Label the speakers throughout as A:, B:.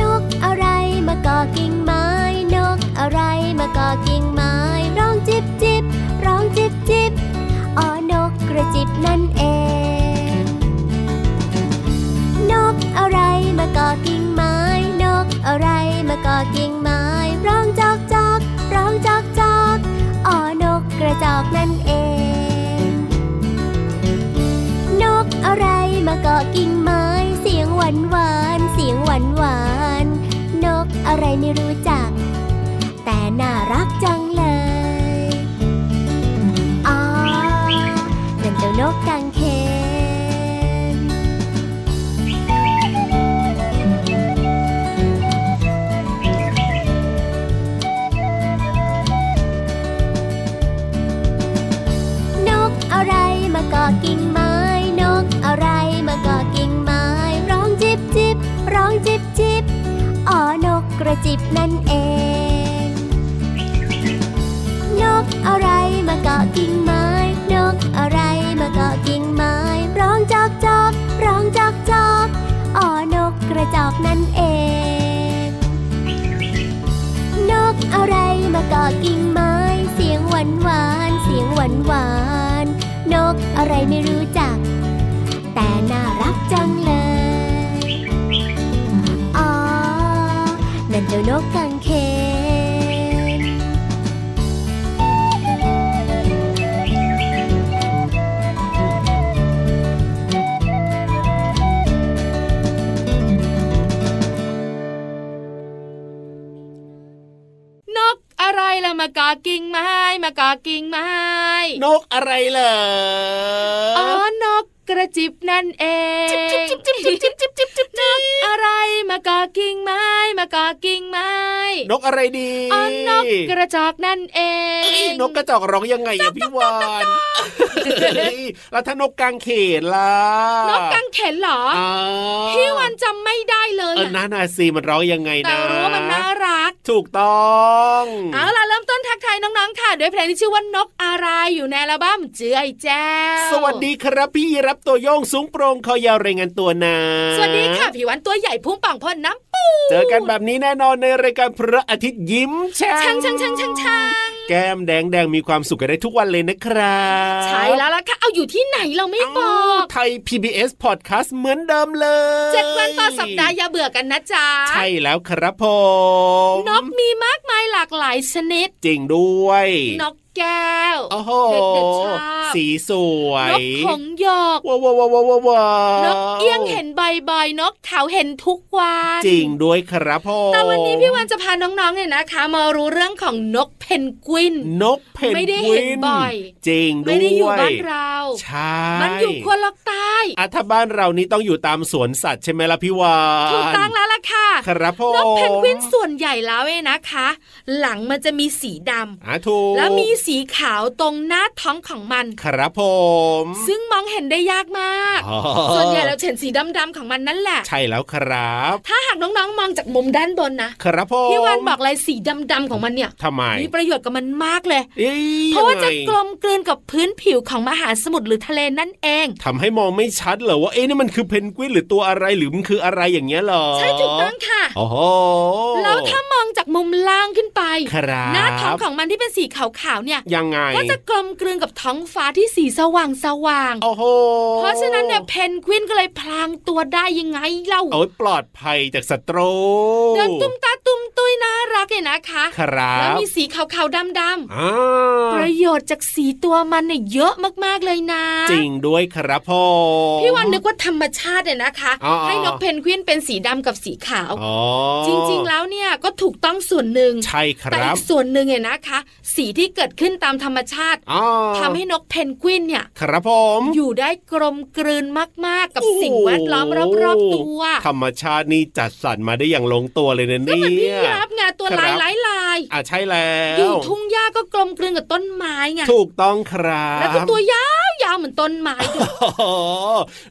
A: นกอะไรมาเกาะกิ่งไม้ นกอะไรมาเกาะกิ่งไม้ ร้องจิบจิบร้องจิบจิบอ๋อนกกระจิบนั่นเอง นกอะไรมาเกาะกิ่งไม้ นกอะไรมาเกาะกิ่งไม้ ร้องจอกจอกร้องจอกจอกอ๋อนกกระจอกนั่นเอง นกอะไรมาเกาะกิ่งไม้ เสียงหวานหวานๆเสียงหวานหวานๆนกอะไรไม่รู้จัก แต่น่ารักจังเลยอ๋อนั่นเจ้านกกังเขน นกอะไรมาเกาะกิ่งไม้ นกอะไรมาเกาะกิ่งไม้ ร้องจิบจิบร้องจิบจิบอ๋อนกกระจิบนั่นเอง นกอะไรมาเกาะกิ่งไม้ นกอะไรมาเกาะกิ่งไม้ ร้องจอกจอกร้องจอกจอกอ๋อนกกระจอกนั่นเอง นกอะไรมาเกาะกิ่งไม้ เสียงหวานหวานๆเสียงหวานหวานๆนกอะไรไม่รู้จัก แต่น่ารักจังเลย อ๋อ นั่นเจ้านกกังเขน
B: นกอะไรล่ะมากากิ่งไม้มากากิ่งไม้
C: นกอะไรเหรอ
B: อ๋อนกกระจิบนั่นเอง
C: จิบจิบจิบจิบจิบจิบจิบจิบจิบ
B: นกอะไรมากากิ่งไม้มากากิ่งไม้
C: นกอะไรดี
B: อ๋อนกกระจอกนั่นเอ
C: เอ้ย
B: ง
C: นกกระจอกร้องยังไงอะพี่ วานเฮ้ยแล้วถ้านกกลางเขนล่ะ
B: นกกังเขนเหรอ
C: อ๋อ
B: พี่วันจำไม่ได้เลย
C: เออ
B: อะ
C: นานาซีมันร้องยังไง
B: แต่
C: นะ
B: รู้ว่ามันน่ารัก
C: ถูกต้อง
B: เอาล่ะเริ่มต้นทักทายน้องๆ ค่ะ ด้วยเพลงที่ชื่อว่านกอะไรอยู่ในอัลบั้มเจือยแจ้ว
C: สวัสดีครับพี่รับตัวโยงสูงโปรงคอยาวรายงานตัวนะ
B: สวัสดีค่ะผิววันตัวใหญ่พุ่งปังพ่นน้ำปู
C: เจอกันแบบนี้แน่นอนในรายการพระอาทิตย์ยิ้มแฉ่
B: ช่างช่างช่างช่างช่าง
C: แก้มแดงแดงมีความสุขกันได้ทุกวันเลยนะครับ
B: ใช่แล้วล่ะค่ะ เอาอยู่ที่ไหนเราไม่บอก
C: ไทย PBS Podcast เหมือนเดิมเลย
B: เจ็ดวันต่อสัปดาห์อย่าเบื่อกันนะจ๊ะ
C: ใช่แล้วครับผม
B: นกมีมากมายหลากหลายชนิด
C: จริงด้วย
B: นกแก้ว
C: โอ้โห
B: เด็กๆชอบ
C: สีสวน ย
B: กหงส์หยอก
C: ว้าวว้าวว้าวว้าวว้าน น
B: กเอี้ยงเห็นบ่อยๆนกเขาเห็นทุกวัน
C: จริงด้วยครับผม
B: แต่วันนี้พี่วันจะพาน้องๆเนี่ยนะคะ มารู้เรื่องของนกเพนกวิน
C: นกเพนกวิน
B: ไม่ได้เห็นบ่อย
C: จริงด้วย
B: ไม่ได้อยู่บ้านเรา
C: ใช่
B: มันอยู่ขั้วโลกใต้
C: อ่ะถ้าบ้านเรานี่ต้องอยู่ตามสวนสัตว์ใช่ไหมล่ะพี่วาน
B: ถูกต้องแล้วล่ะค่ะ
C: ครับผม
B: นกเพนกวินส่วนใหญ่แล้วเนี่ยนะคะ หลังมันจะมีสีดำ
C: อ่ะถูก
B: แล้วมีสีขาวตรงหน้าท้องของมัน
C: ครับผม
B: ซึ่งมองเห็นได้ยากมาก
C: อ๋อ
B: ส่วนใหญ่เราจะเห็นสีดำๆของมันนั่นแหละ
C: ใช่แล้วครับ
B: ถ้าหากน้องๆมองจากมุมด้านบนนะ
C: ครับผม
B: พี่วันบอกเลยสีดำๆของมันเนี่ย
C: ทำไม
B: มีประโยชน์กับมันมากเลย
C: อ้ย
B: เพราะว่าจะ
C: ยังไง
B: กลมกลืนกับพื้นผิวของมหาสมุทรหรือทะเลนั่นเอง
C: ทำให้มองไม่ชัดเหรอว่าเอ๊ะนี่มันคือเพนกวินหรือตัวอะไรหรือมันคืออะไรอย่างเงี้ยเหรอ
B: ใช่ถูกต้องค่ะ
C: โอ้โห
B: แล้วถ้ามองจากมุมล่างขึ้นไป
C: ครับ
B: หน้าท้องของมันที่เป็นสีขาวๆเนี่ย
C: ยังไง
B: ก็จะกลมกลืนกับท้องฟ้าที่สีสว่างสว่างๆ
C: โอ้โห
B: เพราะฉะนั้นเนี่ยเพนกวินก็เลยพลางตัวได้ยังไงเล่า
C: โอ้ยปลอดภัยจากศัตรู
B: เดินตุ้มตาตุ้มตุ้ยน่ารักเนี่ยนะคะ
C: ครั
B: แล้ว
C: บ
B: มีสีขาวๆดำ
C: อ่า
B: ๆประโยชน์จากสีตัวมันเนี่ยเยอะมากๆเลยนะ
C: จริงด้วยครับพ่อ
B: พี่วันนึกว่าธรรมชาติเนี่ยนะคะ
C: อ๋ออ๋อ
B: ให้นกเพนกวินเป็นสีดำกับสีขาว
C: อ๋อ
B: จริงๆแล้วเนี่ยก็ถูกต้องส่วนหนึ่ง
C: ใช่ค
B: แต่
C: รั
B: อี
C: บ
B: กส่วนหนึ่งเนี่ยนะคะ สีที่เกิดขึ้นตามธรรมชาติ
C: อ๋อ
B: ทำให้นกเพนกวินเนี่ย
C: ครับผม
B: อยู่ได้กลมกลืนมากๆ กับ
C: โอ้โห
B: สิ่งแวดล้อมรอบๆตัว
C: ธรรมชาตินี่จัดสรรมาได้อย่างลงตัวเลยนะ
B: ก็
C: เนี่
B: เหมือนพี่
C: ย
B: รับไงานตัว
C: ครั
B: ลาย
C: บ
B: หลายลาย
C: อ่ะใช่แล้
B: อยู่
C: ว
B: ทุ่งหญ้าก็กลมกลืนกับต้นไม้ไง
C: ถูกต้องครับ
B: แล้วก็ตัวยาวๆ าวเหมือนต้นไม้ ด้วย
C: โอ้โห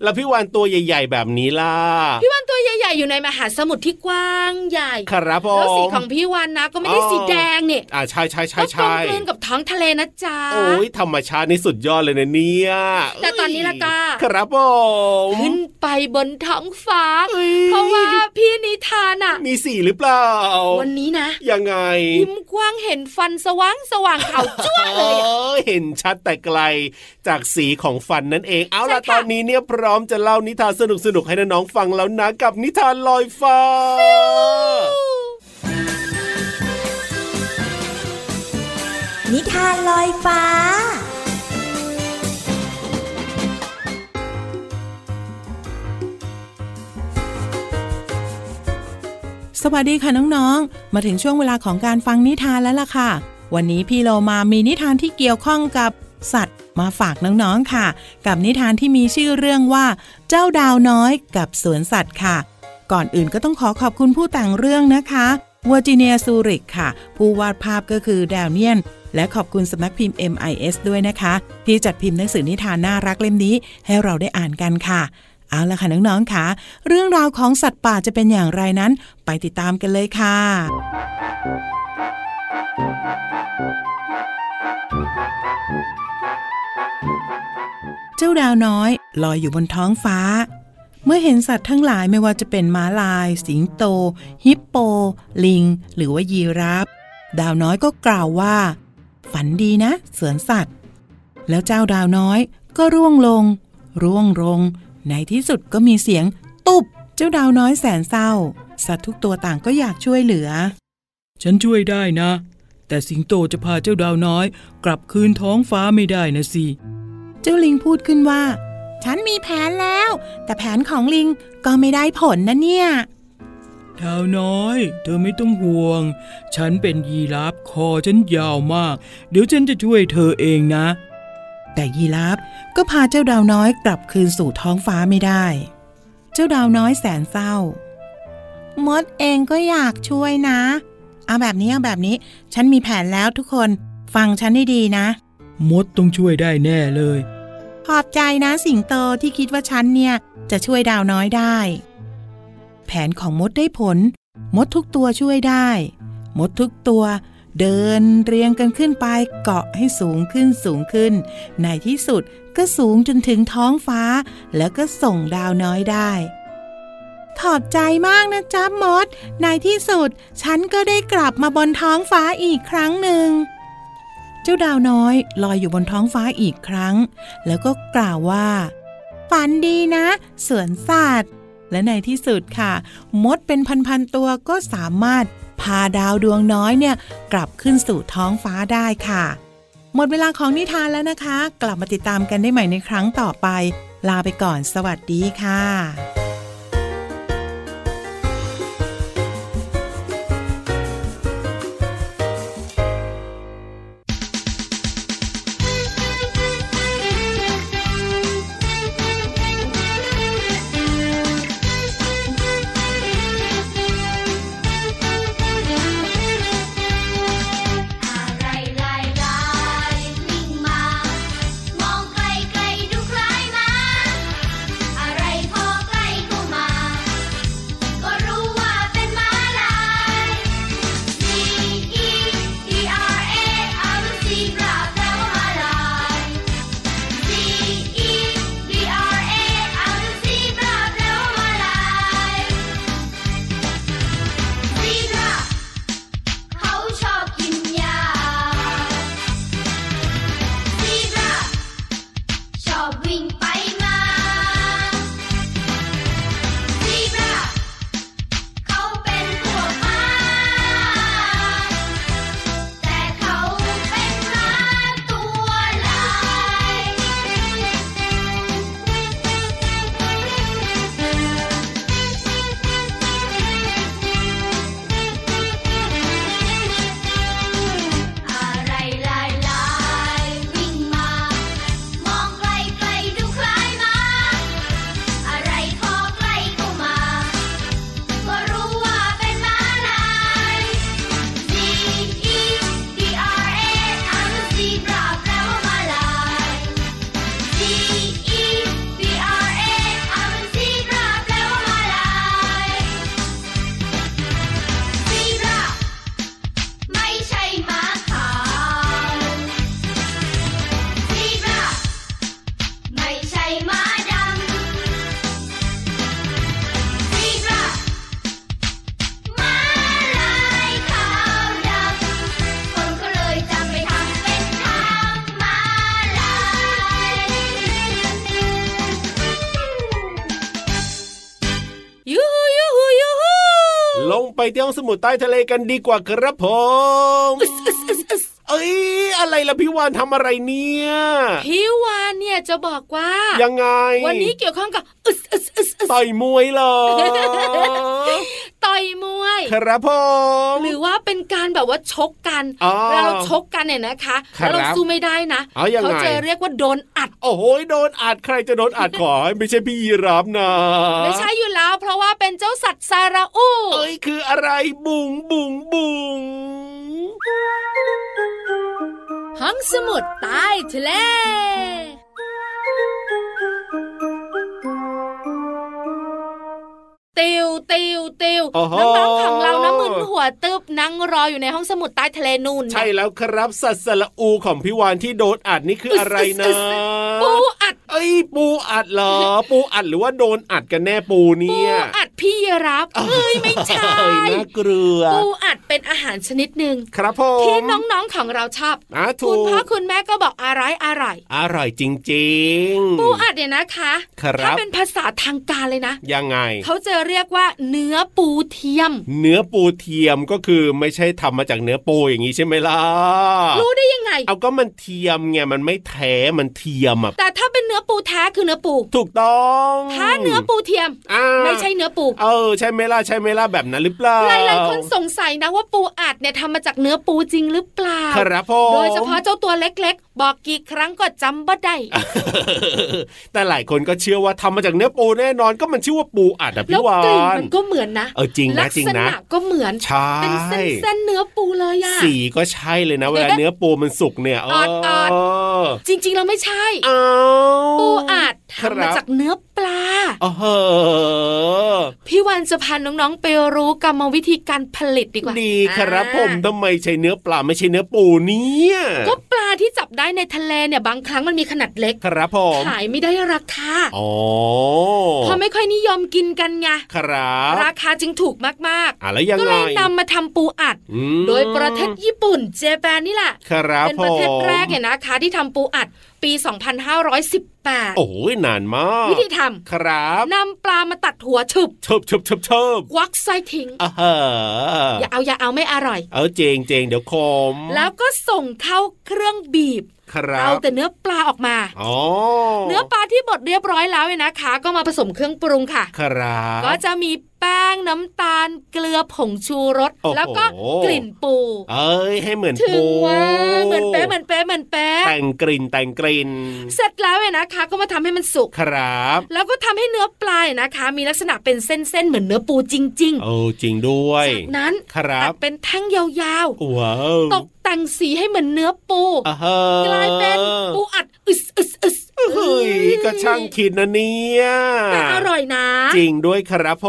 C: แล้วพี่วานตัวใหญ่ ๆ แบบนี้ล่ะ
B: พี่วันตัวใหญ่ ๆ อยู่ในมหาสมุทรที่กว้างใหญ่
C: ครับผม
B: แล้วสีของพี่วันนะก็ไม่ได้
C: อ๋อ
B: สีแดงเนี่ย
C: อ่าใช่ใช่ใช่
B: ก็กลม
C: ใช่
B: กลืนกับท้องทะเลนะจ๊ะ
C: โอ้ยธรรมชาตินี่สุดยอดเลยนะเนี่ย
B: แต่ตอนนี้ล่ะก็
C: ครับผม
B: ขึ้นไปบนท้องฟ้า
C: เอ้ย
B: เพราะว่าพี่นิทานอ่ะ
C: มีสีหรือเปล่า
B: วันนี้นะ
C: ยังไง
B: ยิ้มกว้างเห็นฟันสว่างสว่างขาวจ้วเลยอะ
C: โอ้ยเห็นชัดแต่ไกลจากสีของฟันนั่นเอง เอาล่ะ
B: ใช่
C: ต
B: ค่ะ
C: อนนี้เนี่ยพร้อมจะเล่านิทานสนุกๆให้น้องๆฟังแล้วนะกับนิทานลอยฟ้า
D: นิทานลอยฟ้า
E: สวัสดีค่ะน้องๆ มาถึงช่วงเวลาของการฟังนิทานแล้วล่ะค่ะ วันนี้พี่โลมามีนิทานที่เกี่ยวข้องกับสัตว์มาฝากน้องๆค่ะ กับนิทานที่มีชื่อเรื่องว่า เจ้าดาวน้อยกับสวนสัตว์ค่ะ ก่อนอื่นก็ต้องขอขอบคุณผู้แต่งเรื่องนะคะวอร์จิเนียซูริกค่ะ ผู้วาดภาพก็คือแดวเนียน และขอบคุณสำนักพิมพ์ MIS ด้วยนะคะ ที่จัดพิมพ์หนังสือนิทานน่ารักเล่มนี้ ให้เราได้อ่านกันค่ะ เอาละค่ะน้องๆค่ะ เรื่องราวของสัตว์ป่าจะเป็นอย่างไรนั้น ไปติดตามกันเลยค่ะ เจ้าดาวน้อยลอยอยู่บนท้องฟ้า เมื่อเห็นสัตว์ทั้งหลายไม่ว่าจะเป็นม้าลาย สิงโต ฮิปโป ลิง หรือว่ายีราฟดาวน้อยก็กล่าวว่า ฝันดีนะสวนสัตว์ แล้วเจ้าดาวน้อยก็ร่วงลง ร่วงลง ในที่สุดก็มีเสียง ตุบ เจ้าดาวน้อยแสนเศร้า สัตว์ทุกตัวต่างก็อยากช่วยเหลือ
F: ฉันช่วยได้นะ แต่สิงโตจะพาเจ้าดาวน้อย กลับคืนท้องฟ้าไม่ได้นะสิ
E: เจ้าลิงพูดขึ้นว่า ฉันมีแผนแล้ว แต่แผนของลิงก็ไม่ได้ผลนะเนี่ย
F: ดาวน้อย เธอไม่ต้องห่วง ฉันเป็นยีราฟคอฉันยาวมาก เดี๋ยวฉันจะช่วยเธอเองนะ
E: แต่ยีราฟก็พาเจ้าดาวน้อยกลับคืนสู่ท้องฟ้าไม่ได้ เจ้าดาวน้อยแสนเศร้า มดเองก็อยากช่วยนะ เอาแบบนี้เอาแบบนี้ ฉันมีแผนแล้วทุกคนฟังฉันให้ดีนะ
F: มดต้องช่วยได้แน่เลย
E: ขอบใจนะสิงโตที่คิดว่าฉันเนี่ย จะช่วยดาวน้อยได้ แผนของมดได้ผล มดทุกตัวช่วยได้ มดทุกตัว เดินเรียงกันขึ้นไปเกาะให้สูงขึ้นสูงขึ้น ในที่สุดก็สูงจนถึงท้องฟ้า แล้วก็ส่งดาวน้อยได้ ขอบใจมากนะจ๊ะมด ในที่สุด ฉันก็ได้กลับมาบนท้องฟ้าอีกครั้งหนึ่ง เจ้าดาวน้อยลอยอยู่บนท้องฟ้าอีกครั้ง แล้วก็กล่าวว่าฝันดีนะ สวนสัตว์ และในที่สุดค่ะ มดเป็นพันๆตัวก็สามารถพาดาวดวงน้อยเนี่ย กลับขึ้นสู่ท้องฟ้าได้ค่ะ หมดเวลาของนิทานแล้วนะคะ กลับมาติดตามกันได้ใหม่ในครั้งต่อไป ลาไปก่อนสวัสดีค่ะ
G: อะไรลายลายวิ่งมา มองไกลไกลดูคล้ายม้าอะไรพอใกล้เข้ามา ก็รู้ว่าเป็นม้าลาย C E B R A อาวุธสีปราบแปลว่าม้าลาย C E B R A อาวุธสีปราบแปลว่าม้าลายสีปราบ เขาชอบกินยาซีราชอบวิ่งไปมาซีราเขาเป็นพวกม้า แต่เขาเป็นม้าตัวลาย อะไรลายลายวิ่งมา มองไกลไกลดูคล้
C: ไปเที่ยวสมุทรใต้ทะเลกันดีกว่าครับผมเอ้ยอะไรล่ะพี่วานทำอะไรเนี่ย
B: พี่วานเนี่ยจะบอกว่า
C: ยังไง
B: วันนี้เกี่ยวข้องกับอึสอึสอึสอึส
C: ต่อยมวยเหรอ
B: ต่อยมวย
C: ครับผม
B: หรือว่าเป็นการแบบว่าชกกัน
C: อ๋อ
B: เวลาเราชกกันเนี่ยนะคะ
C: ครับ
B: แล้วเราสู้ไม่ได้นะ
C: เอายังไง
B: เขาจะเรียกว่าโดนอัด
C: โอ้โหโดนอัดใครจะโดนอัดขอให้ไม่ใช่พี่ยีรับนะ
B: ไม่ใช่อยู่แล้ว เพราะว่าเป็นเจ้าสัตว์ซาราอู
C: เอ้ยคืออะไรบุ๋งบุ๋งบุ๋ง
B: ห้องสมุดใต้ทะเล ติวติวติว
C: โอ้โห
B: น้องๆของเราน้ำมึนหัวตึบนั่งรออยู่ในห้องสมุดใต้ทะเลนูนนะ
C: ใช่แล้วครับสัตว์สระอูของพี่วานที่โดนอัดนี่คืออะไรนะ
B: ปูอัด
C: เอ้ยปูอัดเหรอ ปูอัดหรือว่าโดนอัดกันแน่ปู
B: ปู
C: เนี่ย
B: อัดพี่รับเอ้ยไม่ใช่
C: เอ้ยน่าเกลือ
B: ปูอัดเป็นอาหารชนิดหนึ่ง
C: ครับผ
B: ที่
C: ม
B: น้องๆของเราชอบ
C: นะถู
B: คุณพ่อก คุณแม่ก็บอกอะไรอะไรอย
C: อร่อยจริงๆ
B: ปูอัดเนี่ยนะคะ
C: ครับ
B: ถ้าเป็นภาษาทางการเลยนะ
C: ยังไง
B: เขาจะเรียกว่าเนื้อปูเทียม
C: เนื้อปูเทียมก็คือไม่ใช่ทำมาจากเนื้อปูอย่างนี้ใช่ไหมล่ะ
B: รู้ได้ยังไง
C: เอาก็มันเทียมไงมันไม่แท้มันเทียมอ่ะ
B: แต่ถ้าเป็นเนื้อปูแท้คือเนื้อปู
C: ถูกต้อง
B: ถ้าเนื้อปูเทียม
C: อ่า
B: ไม่ใช่เนื้อปู
C: เออใช่ไหมล่ะใช่ไหมล่ะแบบนั้นหรือเปล่า
B: หลายๆคนสงสัยนะว่าปูอัดเนี่ยทำมาจากเนื้อปูจริงหรือเปล่า
C: ครับผม
B: โดยเฉพาะ เจ้าตัวเล็กๆ บอกกี่ครั้งก็จำบ่ได้
C: แต่หลายคนก็เชื่อว่าทำมาจากเนื้อปูแน่นอนก็มันชื่อว่าปูอัดอ่ะ
B: แล้
C: พี่
B: ว
C: วาก
B: ลิ่น
C: น
B: มันก็เหมือนนะ
C: เออจริงนะ
B: ลั
C: จริง
B: ษ
C: นะ
B: ณะก็เหมือน
C: ใช่
B: เป็นเส้นๆเนื้อปูเลยอะ
C: สีก็ใช่เลยนะเวลาเนื้อปูมันสุกเนี่ยเออ
B: ดอัด จริงๆเราไม่ใช่
C: เอา
B: ปูอัด
C: ครับ
B: ทำมาจากเนื้อปลา
C: โอ้โห
B: พี่วันจะพาน้องๆไปรู้กรรมวิธีการผลิตดีกว่า
C: ดีครับ
B: อ่า
C: ผมทำไมใช้เนื้อปลาไม่ใช่เนื้อปูเนี่ย
B: ก็ปลาที่จับได้ในทะเลเนี่ยบางครั้งมันมีขนาดเล็ก
C: ครับผม
B: ขายไม่ได้ราคา
C: อ๋อ
B: เพราะไม่ค่อยนิยมกินกันไง
C: ครับ
B: ราคาจึงถูกมาก
C: อ่ะแล้วยั
B: ๆ
C: ง
B: ก็
C: ไง
B: เลยนำมาทำปูอัด
C: อืม
B: โดยประเทศญี่ปุ่น เจแปนนี่แหละ
C: ครับ
B: เป็นประเทศ
C: ผม
B: แรกเนี่ยนะคะที่ทำปูอัดปี 2518
C: โอ้ยนานมาก
B: วิธีท
C: ครับ
B: ำนำปลามาตัดหัวฉึบ
C: เชิบเชิบเชิบเชิบ
B: ควักไส้ทิ้ง
C: อ่าฮะ
B: อย่าเอาอย่าเอาไม่อร่อย
C: เอาเจงเจงเดี๋ยวคม
B: แล้วก็ส่งเข้าเครื่องบีบ
C: ครั
B: เอา
C: บ
B: แต่เนื้อปลาออกมา
C: อ๋อ
B: เนื้อปลาที่บดเรียบร้อยแล้วเนี่ยนะคะ ก็มาผสมเครื่องปรุงค่ะ
C: ครับ
B: ก็จะมีแป้งน้ำตาล เกลือผงชูรส แล้วก็กลิ่นปู
C: เอ้ยให้เหมือน
B: ถึง
C: ปู
B: ว่าเหมือนเป๊ะเหมือนเป๊ะเหมือนเป๊ะ
C: แต่งกลิ่นแต่งกลิ่น
B: เสร็จแล้วเนี่ยนะคะ ก็มาทำให้มันสุก
C: ครับ
B: แล้วก็ทำให้เนื้อปลาเนี่ยนะคะ มีลักษณะเป็นเส้นๆเหมือนเนื้อปูจริง
C: โอ้จริงด้ว
B: ๆ
C: ย
B: จากนั้น
C: ครั
B: ตั
C: บ
B: ดเป็นแท่งยาว
C: ว้าว
B: ๆ ตกแต่งสีให้เหมือนเนื้อปู
C: อ่าฮะ
B: กลายเป็นปูอัดอึสอึสอึส
C: เฮ้ยก็ช่างคิดนะเนี่ย
B: แต่อร่อยนะ
C: จริงด้วยครับผ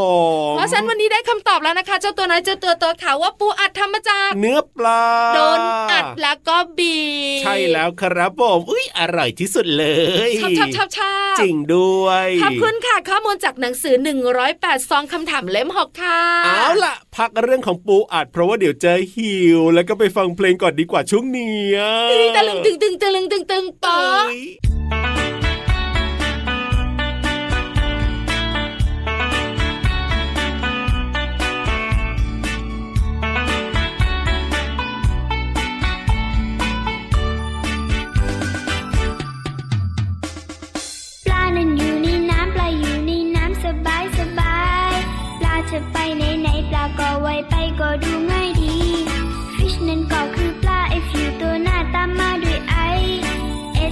C: ม
B: เพราะฉะนั้นวันนี้ได้คำตอบแล้วนะคะ เจ้าตัวน้อยเจ้าตัวโตขาวว่าปูอัดทำมาจาก
C: เนื้อปลา
B: โดนอัดแล้วก็บีบ
C: ใช่แล้วครับผมอุ้ยอร่อยที่สุดเลย
B: ชอบชอบชอบชอบ
C: จริงด้วย
B: ขอบคุณค่ะ ข้อมูลจากหนังสือ 108ซองคำถามเล่มหกค่ะ
C: เอาล่ะ พักเรื่องของปูอัด เพราะว่าเดี๋ยวเจอหิว แล้วก็ไปฟังเพลงก่อนดีกว่าช่วงเนี้ย
B: ตะลึงตึงตึงตะลึงตึงตึงปอ
C: เอ้ย
H: ปลานั้นอยู่ในน้ำปลาอยู่ในน้ำสบายสบายปลาจะไปไหนไหนปลาก็ไวไปก็ดูง่ายดี Fish นั้นก็คือปลา F U ตัวหน้าตามมาด้วย I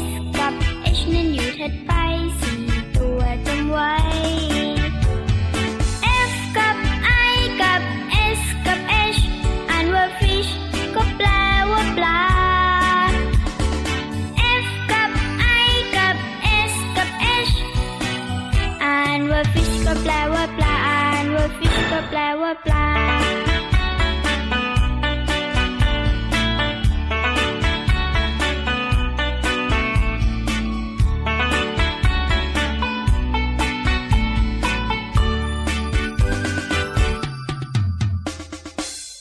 H: S กับ H นั้นอยู่ถัดไปสี่ตัวจำไว้ F กับ I กับ S กับ H อ่านว่า Fish ก็แปลว่าปลา F กับ I กับ S กับ H อ่านว่า fish ก็แปลว่าปลา อ่านว่า fish ก็แปลว่าปลา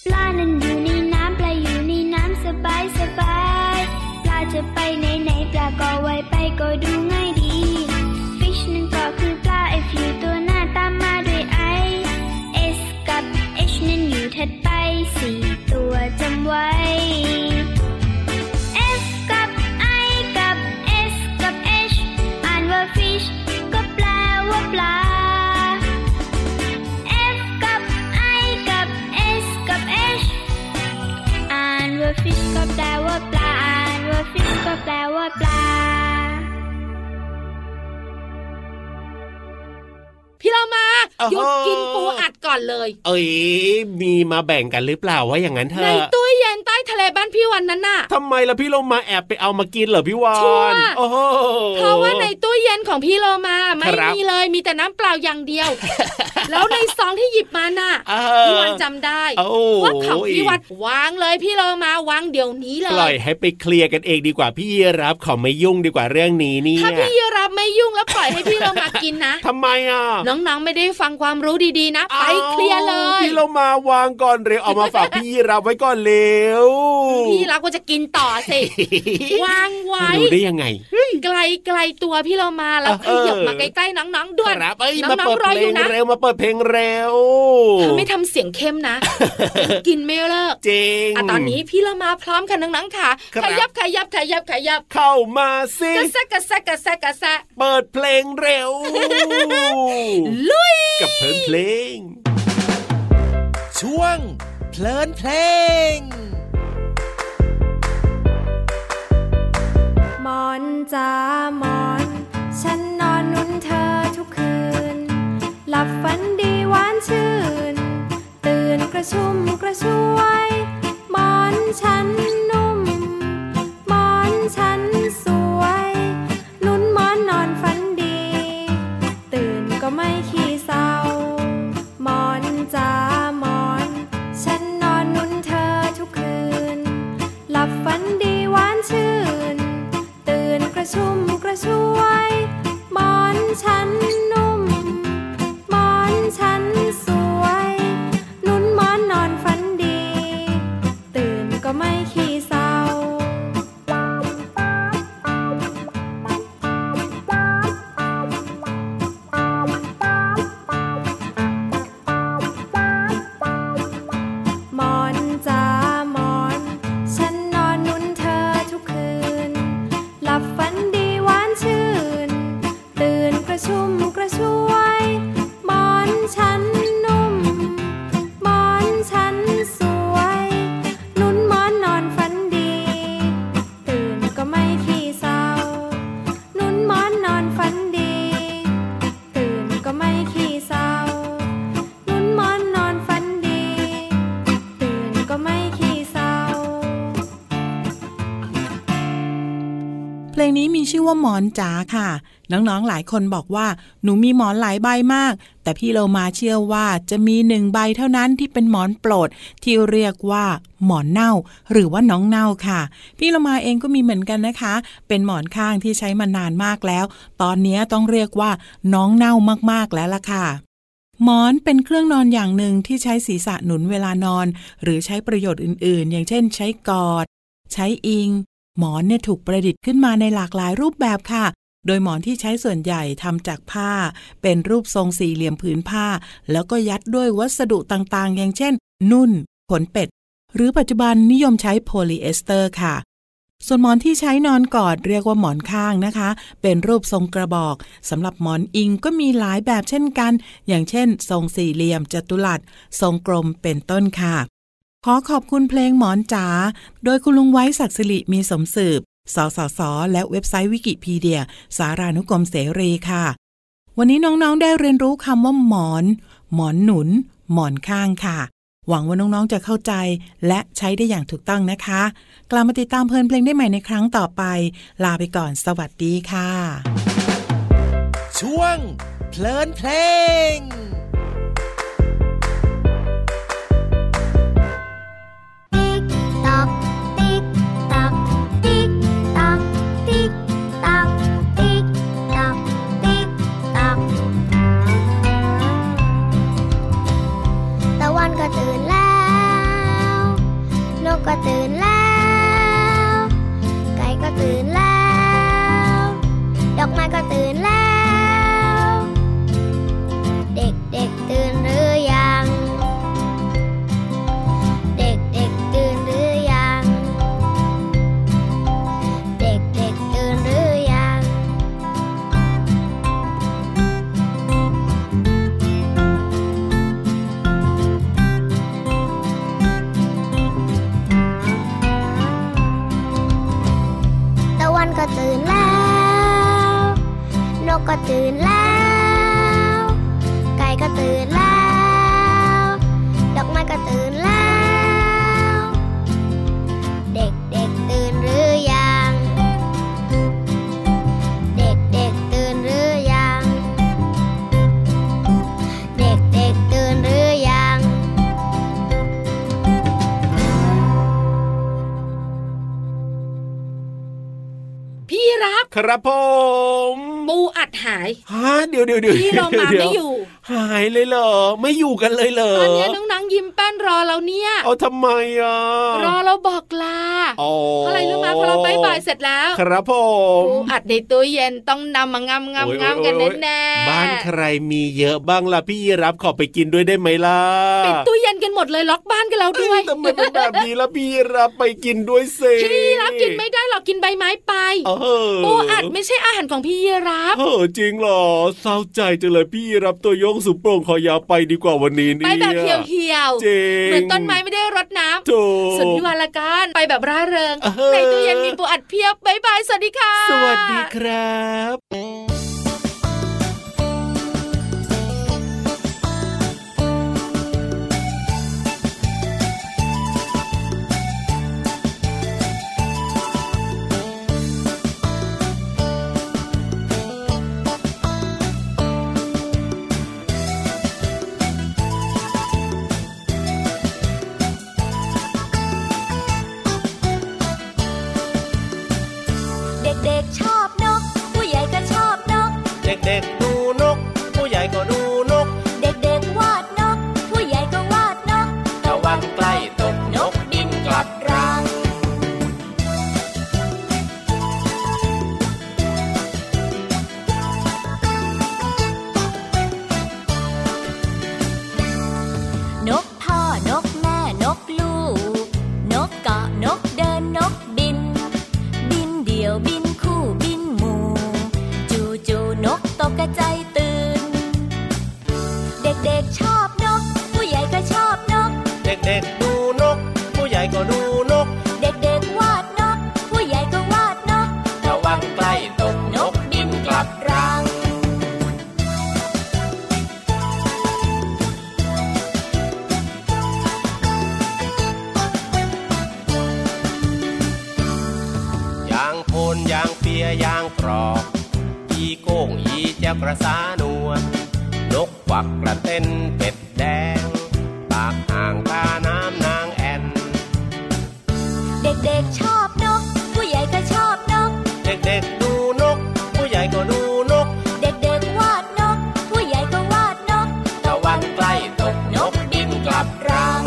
H: ปลานั้นอยู่ในน้ำปลาอยู่ในน้ำสบายสบายปลาจะไปไหนไหนปลาก็ไวไปก็ดูง่ายดี Fish นั้นก็คือปลา F U ตัวหน้าตามมาด้วย I S กับ H นั้นอยู่
B: หยุดกินปูอัดก่อนเลย
C: เอ้ยมีมาแบ่งกันหรือเปล่าว่าอย่างนั้นเถ
B: ใน
C: อะ
B: ตู้เย็นใต้ทะเลบ้านพี่วันนั้นน่ะ
C: ทำไมล่ะพี่โลมาแอบไปเอามากินเหรอพี่วา
B: ชัวร์
C: นโอ้โห
B: เพราะว่าในตู้เย็นของพี่โลมาไม่
C: ครับ
B: มีเลยมีแต่น้ำเปล่าอย่างเดียว แล้วในซองที่หยิบมาน่ะ
C: เออ
B: พี่วันจำได้
C: โอ้โห
B: ว่าเขาพี่วันวางเลยพี่โลมาวางเดี๋ยวนี้เล
C: ปล่อย ยให้ไปเคลียร์กันเองดีกว่าพี่รับขอไม่ยุ่งดีกว่าเรื่องนี้เนี่ย
B: ถ้าพี่รับไม่ยุ่งแล้วปล่อยให้พี่โลมากินนะ
C: ทำไมอ่ะ
B: น้องๆไม่ได้ฟังความรู้ดีๆนะ ไปเคลียร์เล
C: อ้าย วพี่โลมาวางก่อนเร็วเอามา ฝากพี่รับไว้ก่อนเร็ว
B: พี่รักก็จะกินต่อสิ วางไว้
C: ดูได้ยังไง
B: ไกลไกลๆตัวพี่โลมาแล้ว
C: เอ
B: ข
C: อ
B: ยับมาใกล้ๆน้องๆด้วย
C: ครับเอ้ย
B: น้
C: มา
B: อง
C: เปิด
B: ๆรอ
C: เพล
B: อยู่
C: ง
B: นะ
C: เร็วมาเปิดเพลงเร็ว
B: ถ้าไม่ทำเสียงเข้มนะ กินไม่เลิก
C: จริง
B: อ่ะตอนนี้พี่โลมาพร้อมค่ะน้องๆค่ะ
C: ครับ
B: ขยับขยับขยับขยับ
C: เข้ามาสิ
B: กระแซะกระแซะกระแซะกระแซะ
C: เปิดเพลงเร็ว
B: ลุย
C: กับเพลินเพลง
I: ช่วง เพลินเพลง
J: หมอนจ้าหมอน ฉันนอนนุ่นเธอทุกคืน หลับฝันดีหวานชื่น ตื่นกระชุ่มกระชวย หมอนฉันนุ่ม หมอนฉันสวย นุ่นหมอนนอนฝันดี ตื่นก็ไม่ขี้เศร้า หมอนจ้าหมอน ฉันนอนนุ่นเธอทุกคืน หลับฝันดีหวานชื่น ตื่นกระชุ่มกระชวย หมอนฉันนุ่ม หมอนฉันสวย นุ่นหมอนนอนฝันดี ตื่นก็ไม่ขี้เศร้า หมอนจ้าหมอน ฉันนอนนุ่นเธอทุกคืน หลับฝันดีหวานชื่น ตื่นกระชุ่มกระชวย หมอนฉันนุ่ม หมอนฉันสวย นุ่นหมอนนอนฝันดี ตื่นก็ไม่ขี้เศร้า นุ่นหมอนนอนฝันดี ตื่นก็ไม่ขี้เศร้า นุ่นหมอนนอนฝันดี ตื่นก็ไม่ขี้เศร้า
E: เพลงนี้มีชื่อว่าหมอนจ๋าค่ะ น้องๆหลายคนบอกว่าหนูมีหมอนหลายใบมาก แต่พี่เรามาเชื่อว่าจะมีหนึ่งใบเท่านั้นที่เป็นหมอนโปรด ที่เรียกว่า หมอนเน่า หรือว่าน้องเน่าค่ะ พี่เรามาเองก็มีเหมือนกันนะคะ เป็นหมอนข้างที่ใช้มานานมากแล้ว ตอนนี้ต้องเรียกว่า น้องเน่ามากๆแล้วล่ะค่ะ หมอนเป็นเครื่องนอนอย่างหนึ่งที่ใช้ศีรษะหนุนเวลานอน หรือใช้ประโยชน์อื่นๆ อย่างเช่น ใช้กอด ใช้อิง หมอนเนี่ยถูกประดิษฐ์ขึ้นมาในหลากหลายรูปแบบค่ะ โดยหมอนที่ใช้ส่วนใหญ่ทำจากผ้า เป็นรูปทรงสี่เหลี่ยมผืนผ้า แล้วก็ยัดด้วยวัสดุต่างๆ อย่างเช่น นุ่น ขนเป็ด หรือปัจจุบันนิยมใช้โพลีเอสเตอร์ค่ะ ส่วนหมอนที่ใช้นอนกอดเรียกว่าหมอนข้างนะคะ เป็นรูปทรงกระบอกสำหรับหมอนอิงก็มีหลายแบบเช่นกัน อย่างเช่น ทรงสี่เหลี่ยมจัตุรัส ทรงกลมเป็นต้นค่ะ ขอขอบคุณเพลงหมอนจ๋า โดยคุณลุงไว้ศักดิ์สิริมีสมสืบ สสส และเว็บไซต์วิกิพีเดีย สารานุกรมเสรีค่ะ วันนี้น้องๆได้เรียนรู้คำว่าหมอน หมอนหนุน หมอนข้างค่ะ หวังว่าน้องๆจะเข้าใจ และใช้ได้อย่างถูกต้องนะคะ กลับมาติดตามเพลินเพลงได้ใหม่ในครั้งต่อไป ลาไปก่อนสวัสดีค่ะ
I: ช่วง เพลินเพลง
K: ติ๊กตอก ติ๊กตอก ติ๊กตอก ติ๊กตอก ติ๊กตอก ติ๊กตอก ตะวันก็ตื่นแล้ว นกก็ตื่นแล้ว ไก่ก็ตื่นแล้ว ดอกไม้ก็ตื่นแล้ว เด็กๆ ก็ตื่นแล้ว ดอกไม้ก็ตื่นแล้ว เด็กๆตื่นหรือยัง เด็กๆตื่นหรือยัง เด็กๆตื่นหรือยัง
B: พี่รับ
C: ครับผม
B: ปูอัดหาย
C: ฮะเดี๋ยวเดี๋ยวเดี๋ยว
B: พี่เรามา
C: เดี๋ว
B: ไม่อยู่
C: หายเลยเหรอ ไม่อยู่กันเลยเหรอ
B: ตอนนี้น้องๆยิ้มแป้นรอเราเนี่ย
C: เอาทำไมอ่ะ
B: รอเราบอกลา
C: อ๋อ
B: เพราะอะไรรู้มาพอเราบายบายเสร็จแล้ว
C: ครับผม
B: ปูอัดในตู้เย็นต้องนำมางำงำงำกัน
C: โอ้ยโอ้ย
B: แน่
C: บ้านใครมีเยอะบ้างล่ะพี่ยีรับขอไปกินด้วยได้ไหมล่ะ
B: ปิดตู้เย็นกันหมดเลยล็อกบ้านกันแล้วด้วย
C: ทำไมเป็นแบบนี้ล่ะพี่ยีรับไปกินด้วยเซ
B: พี่รับกินไม่ได้หรอกกินใบไม้ไป
C: เออ
B: ปูอัดไม่ใช่อาหารของพี่รับ
C: เออจริงเหรอเศร้าใจจังเลยพี่ยีรับตัวโยงสุดโปร่งคอยาวไปดีกว่าวันนี้
B: ไป
C: เนี่ย
B: แบบเหี่ยวเหี่ยวๆ
C: จริง
B: เหมือนต้นไม้ไม่ได้รดน้ำ
C: ถูก
B: ส่วนพี่วานละกันไปแบบร่าเริง
C: เออ
B: ในตู้เย็นมีปูอัดเพียบบายบาย สวัสดีค่ะ
C: สวัสดีครับ
D: เด็กๆชอบนก ผู้ใหญ่ก็ชอบนก
I: เด็กๆดูนก ผู้ใหญ่ก็ดูนก
D: เด็กๆวาดนก ผู้ใหญ่ก็วาดนก
I: ระวังใกล้ตกนกบินกลับรัง
D: นกพ่อนกแม่นกลูก นกเกาะนกเดินนกบิน บินเดี่ยวบินคู่บินหมู่ จูจูๆนกตกกระใจตื่น เด็กๆชอบนก ผู้ใหญ่ก็ชอบนก
I: เด็กๆดูนก ผู้ใหญ่ก็ดูนก
D: เด็กๆวาดนก ผู้ใหญ่ก็วาดนก
I: ระวังใกล้ตกนกบินกลับรัง ยางโพนยางเปียยางกรอกอีโก้งอีเจ้ากระสานวลนกควักกระเต้นเป็ดแดง ปากห่างตาน้ำนางแอน
D: เด็กๆชอบนก ผู้ใหญ่ก็ชอบนก
I: เด็กๆดูนก ผู้ใหญ่ก็ดูนก
D: เด็กๆวาดนก ผู้ใหญ่ก็วาดนก
I: ตะวันใกล้ตกนกบินกลับรัง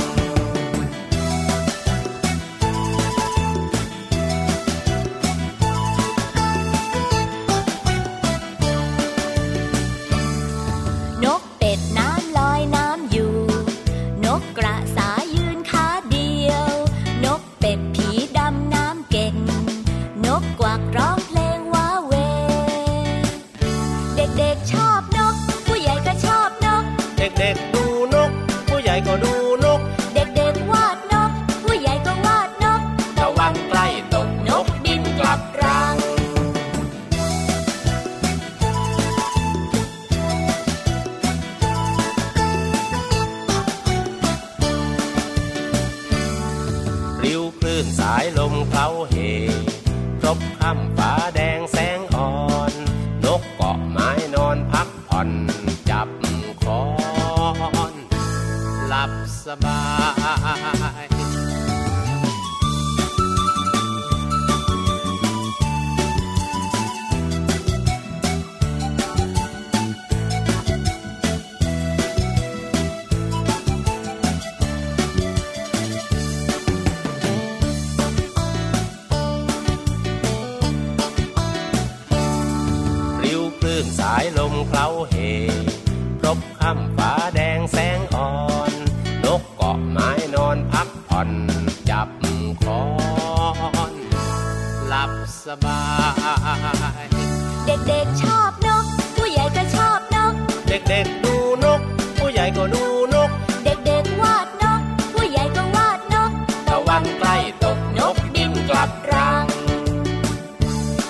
D: นกเป็ดน้ำลอยน้ำอยู่ นกกระสายืนขาเดียว นกเป็ดผีดำน้ำเก่ง นกกวักร้องเพลงว้าเหวเด็กๆชอบนก ผู้ใหญ่ก็ชอบนก
I: เด็กๆดูนก ผู้ใหญ่ก็ดูนก
D: เด็กๆวาดนก ผู้ใหญ่ก็วาดนก
I: ตะวันใกล้ตกนกบินกลับรัง ริ้วคลื่นสายลมเคล้าเหครบค่ำฟ้าแดงแสงอ่อน นกเกาะไม้นอนพักผ่อน จับคอนหลับสบาย ริ้วคลื่นสายลมเคล้าเหครบค่ำฟ้าแดงแสงอ่อน นกเกาะไม้นอนพักผ่อน จับคอนหลับสบาย
D: เด็กๆชอบนก ผู้ใหญ่ก็ชอบนก
I: เด็กๆดูนก ผู้ใหญ่ก็ดูนก
D: เด็กๆวาดนก ผู้ใหญ่ก็วาดนก
I: ตะวันใกล้ตกนกบินกลับรัง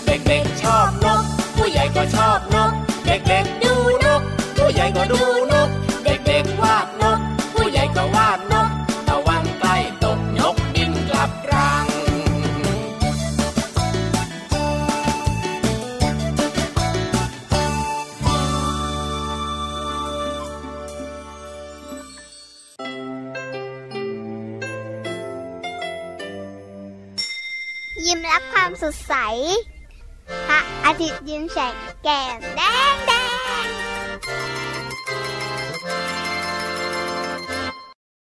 I: เด็กๆชอบนก ผู้ใหญ่ก็ชอบนก เด็กๆดูนก ผู้ใหญ่ก็ดูนก
K: รับความสดใส พระอาทิตย์ยิ้มแฉกแก้มแดงแด